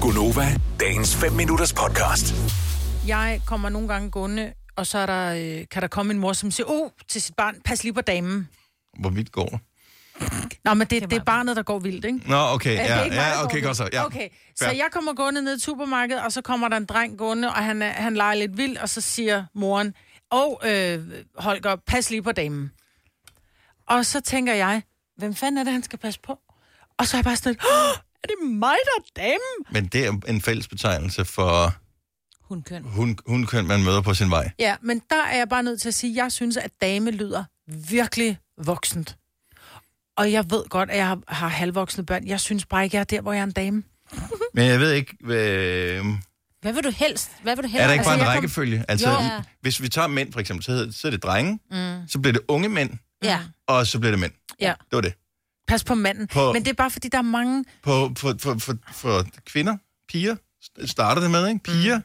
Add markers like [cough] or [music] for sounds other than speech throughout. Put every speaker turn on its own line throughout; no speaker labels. Gunova, dagens 5 minutters podcast.
Jeg kommer nogle gange gående, og så er der, øh, kan der komme en mor, som siger, oh, til sit barn, pas lige på damen.
Hvor vidt går det?
Nå, men det, det, er, det er barnet, der går vildt, ikke?
Nå, okay,
det er
ja,
ikke mig, der
ja,
går
okay,
vildt.
godt så. Ja.
Okay, så
Fair.
jeg kommer gående ned i supermarkedet, og så kommer der en dreng gående, og han, er- han leger lidt vildt, og så siger moren, og øh, Holger, pas lige på damen. Og så tænker jeg, hvem fanden er det, han skal passe på? Og så er jeg bare sådan, oh, er det mig, der er damen?
Men det er en fælles betegnelse for
Hun køn.
hun, hunkøn, man møder på sin vej.
Ja, men der er jeg bare nødt til at sige, at jeg synes, at dame lyder virkelig voksent. Og jeg ved godt, at jeg har, har halvvoksne børn. Jeg synes bare ikke, jeg er der, hvor jeg er en dame.
Men jeg ved ikke, øh,
Hvad vil du helst? Hvad vil du helst?
er der ikke bare en
jeg kom-
rækkefølge? Altså,
Jo.
hvis vi tager mænd for eksempel, så, hedder, så er det drenge, mm. så bliver det unge mænd,
Ja.
og så bliver det mænd.
Ja.
Det var det.
Pas på manden.
På-
Men det er bare, fordi der er mange...
På, for, for, for, for kvinder, piger, st- starter det med, ikke? Piger. Mm.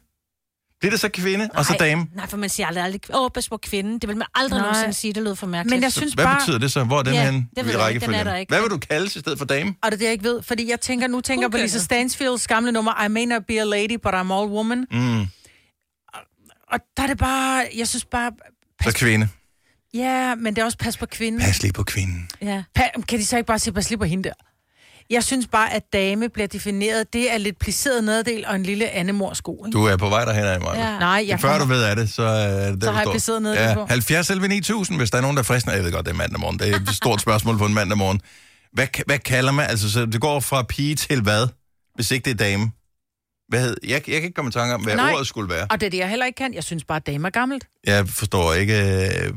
Bliver det så kvinde, og så
Nej,
dame?
Nej, for man siger aldrig, aldrig åh, pas på kvinden. Det vil man aldrig
Nej.
nogensinde sige, det lyder for mærkeligt.
Men jeg
Så
synes
Hvad
bare...
betyder det så? Hvor er den
Ja,
hen?
det ved
i
jeg ikke. Den er
rækkefølgen?
der ikke.
Hvad vil du kalde i stedet for dame?
Og det er det, jeg ikke ved, fordi jeg tænker, nu tænker jeg på
Hunkønnet.
Lisa Stansfields gamle nummer, I may not be a lady, but I'm all woman.
Mm,
Og der er det bare, jeg synes bare,
så kvinde.
ja, men det er også pas på kvinden.
Pas lige på kvinden.
Ja.
Pa- kan de så ikke bare sige, pas lige på hende der? Jeg synes bare, at dame bliver defineret, det er lidt placeret nederdel og en lille andemorsko, ikke?
Du er på vej derhen af mig.
Ja.
Nej,
Jeg
jeg
Før
kommer...
du ved af det, så er det
Så har jeg
står.
placeret nede
ja,
bagpå.
70 selv 9000, hvis der er nogen, der er fristende. Jeg ved godt, det er mandag morgen. Det er et stort spørgsmål på en mandag morgen. Hvad, ka- hvad kalder man? Altså, så det går fra pige til hvad, hvis ikke det er dame? Hvad hed? Jeg, jeg kan ikke komme i tanke om, hvad
Nej.
ordet skulle være.
Og det er det, jeg heller ikke kan. Jeg synes bare, at dame er gammelt.
Jeg forstår ikke. øh,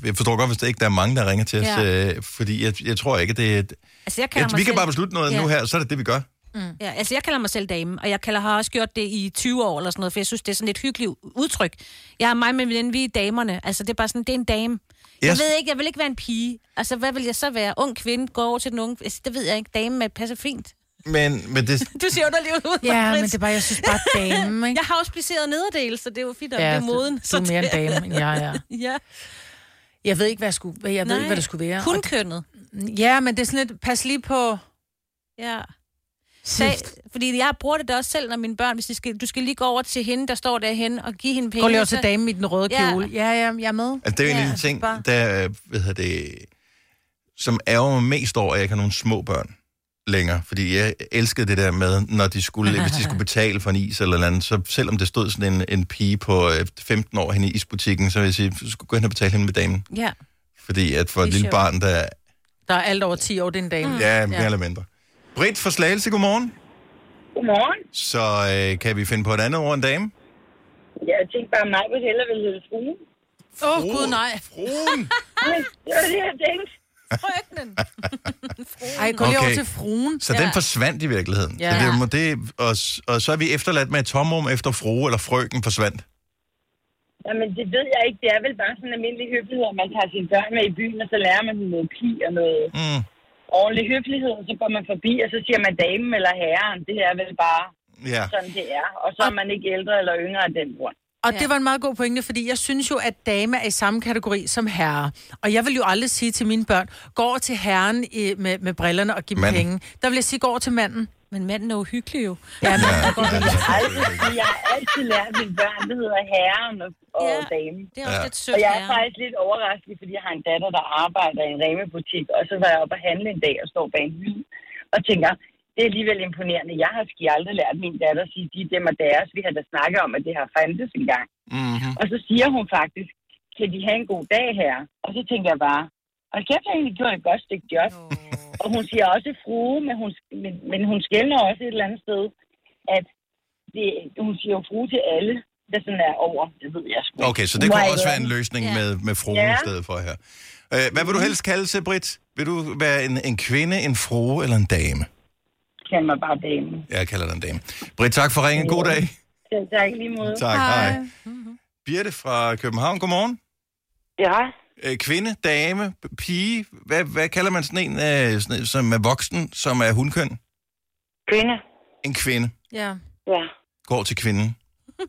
Jeg forstår godt, hvis der ikke der er mange, der ringer til os.
Ja.
øh, Fordi jeg, jeg tror ikke, det er...
Altså, jeg kalder
Jeg,
mig
vi kan
selv...
bare beslutte noget
Ja.
nu her, så er det det, vi gør.
Ja, altså jeg kalder mig selv dame, og jeg kalder, har også gjort det i 20 år eller sådan noget, for jeg synes, det er sådan et hyggeligt udtryk. Jeg er mig med veninde, vi er damerne. Altså det er bare sådan, det er en dame. Jeg
Yes.
ved ikke, jeg vil ikke være en pige. Altså hvad vil jeg så være? Ung kvinde, går over til den unge... Altså, det ved jeg ikke. Dame med passer fint.
Men, men det,
Du ser underlig ud,
Ja, men
Britt.
det er bare, jeg synes bare, [laughs] dame, ikke?
Jeg har også placeret nederdel, så det er jo fint, at
Ja,
det er moden.
Du
Så
er mere en
det-
dame, end jeg er.
Ja.
Jeg ved ikke, hvad, jeg skulle, hvad, jeg ved ikke, hvad det skulle være.
Kun kønnet.
Og, ja, men det er sådan lidt, pas lige på...
Ja. Sag, fordi jeg bruger det da også selv, når mine børn, hvis de skal, du skal lige gå over til hende, der står derhen og give hende penge.
Gå lige over
så-
til damen i den røde
Ja.
kjole. Ja, ja, jeg er med.
Altså, det er jo en
Ja,
af de ting,
bare-
der, øh, hvad hedder det, som ærger mig mest over, at jeg ikke har nogen små børn længere. Fordi jeg elskede det der med, når de skulle, hvis de
[laughs]
skulle betale for en is eller andet, så selvom det stod sådan en, en pige på øh, 15 år henne i isbutikken, så ville jeg sige, du skulle gå hen og betale hende med damen.
Ja.
Fordi at for et
Det er
lille
sjovt.
barn, der
[laughs]
Der er alt over 10 år, det er en
Mm.
dame.
ja, mere eller mindre. Britt fra Slagelse, godmorgen.
Godmorgen.
Så øh, kan vi finde på et andet ord end dame?
Jeg tænkte bare, mig vil hellere ville hedde fruen.
Åh, oh, gud nej.
Fruen.
Men Det var det, jeg tænkte.
Frøknen.
Ej, gå lige
Okay.
over til fruen.
Så ja.
Ja.
den forsvandt i virkeligheden. Ja.
Ja.
Så det, må det, og, s- og så er vi efterladt med et tomrum efter frue eller frøken forsvandt.
Jamen, det ved jeg ikke. Det er vel bare sådan en almindelig høflighed, at man tager sine børn med i byen, og så lærer man dem noget pi og noget
Mm.
ordentlig høflighed. Og så går man forbi, og så siger man damen eller herren. Det er vel bare
Ja.
sådan, det er. Og så er man ikke ældre eller yngre af den grund.
Og det var en meget god pointe, fordi jeg synes jo, at dame er i samme kategori som herre. Og jeg vil jo aldrig sige til mine børn, gå over til herren i, med, med brillerne og give dem
Manden.
penge. Der vil jeg sige, gå over til manden.
Men manden er uhyggelig jo.
Ja, men,
Ja, ja, det er
Altså, fordi jeg har altid lært mine børn, det hedder herren og, og
Ja.
damen.
Det er også
Ja.
ja. lidt sødt.
Og jeg er
herre.
faktisk lidt overrasket, fordi jeg har en datter, der arbejder i en remebutik, og så var jeg oppe og handle en dag og står bag en hylde og tænker, det er alligevel imponerende. Jeg har sgu aldrig lært min datter at sige, de dem og deres. Vi har da snakket om, at det har fandtes engang.
Mhm.
Og så siger hun faktisk, kan de have en god dag her? Og så tænker jeg bare, og kæft, jeg har egentlig gjort et godt stykke job. Og hun siger også frue, men hun, men, men hun skældner også et eller andet sted, at det, hun siger jo frue til alle, der sådan er over. Det ved jeg sgu. ikke.
Okay, så det
Hun
kunne
var
også
i
være en
verden.
løsning
Ja.
med, med fruen
Ja.
i stedet for her. Øh, hvad vil du helst kalde sig, Britt? Vil du være en, en kvinde, en frue eller en dame?
Kan man bare dame.
Jeg kalder dig en dame. Britt, tak for ringen. God dag.
Selv tak i lige måde.
Tak, hej. Birte fra København, godmorgen.
Ja,
Øh, kvinde, dame, p- pige. Hvad, hvad kalder man sådan en, øh, sådan en, som er voksen, som er hundkøn?
kvinde.
En kvinde.
ja.
Ja.
Går til kvinden.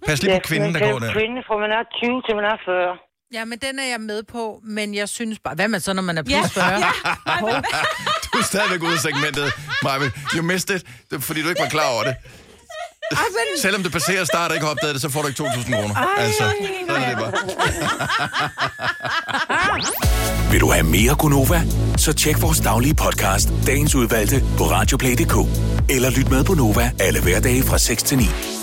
Pas lige på kvinden, der går der. [laughs]
Kvinde fra man er 20 til man er 40.
ja, men den er jeg med på, men jeg synes bare... Hvad man så, når man er plus 40?
Ja,
Ja.
Du er stadigvæk ude af segmentet, Marvin. You missed it, Det er, fordi du ikke var klar over det.
Ej, men...
Selvom det passerer start og ikke har opdaget det, så får du ikke 2.000 kroner. Altså, så er det bare.
Vil du have mere Gunova? Så tjek vores daglige podcast, dagens udvalgte, på radioplay.dk. Eller lyt med på Nova alle hverdage fra 6 til 9.